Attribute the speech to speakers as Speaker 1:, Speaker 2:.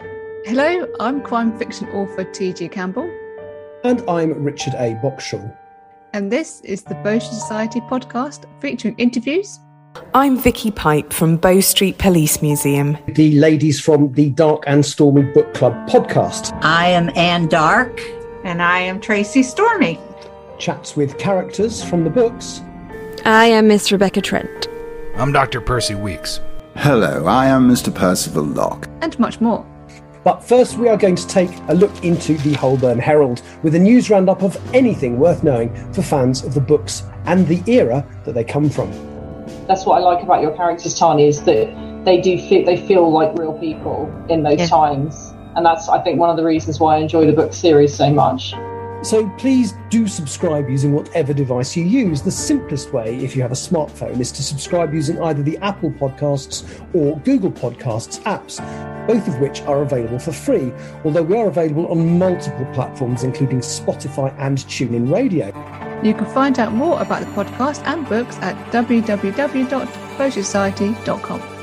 Speaker 1: Hello, I'm crime fiction author T.G. Campbell,
Speaker 2: And I'm Richard A. Boxall.
Speaker 1: and this is the Bowshire Society podcast featuring interviews.
Speaker 3: I'm Vicky Pipe from Bow Street Police Museum.
Speaker 2: The ladies from the Dark and Stormy Book Club podcast
Speaker 4: I am Ann Dark.
Speaker 5: And I am Tracy Stormy.
Speaker 2: chats with characters from the books.
Speaker 6: I am Miss Rebecca Trent.
Speaker 7: I'm Dr. Percy Weeks.
Speaker 8: Hello, I am Mr. Percival Locke.
Speaker 1: And much more.
Speaker 2: But first, we are going to take a look into the Holborn Herald with a news roundup of anything worth knowing for fans of the books and the era that they come from.
Speaker 9: that's what I like about your characters, Tani, is that they do feel they feel like real people in those
Speaker 4: Yeah.
Speaker 9: times, and that's I think one of the reasons why I enjoy the book series so much.
Speaker 2: So please do subscribe using whatever device you use. The simplest way, if you have a smartphone, is to subscribe using either the Apple Podcasts or Google Podcasts apps, both of which are available for free, although we are available on multiple platforms, including Spotify and TuneIn Radio.
Speaker 1: You can find out more about the podcast and books at www.bowsociety.com.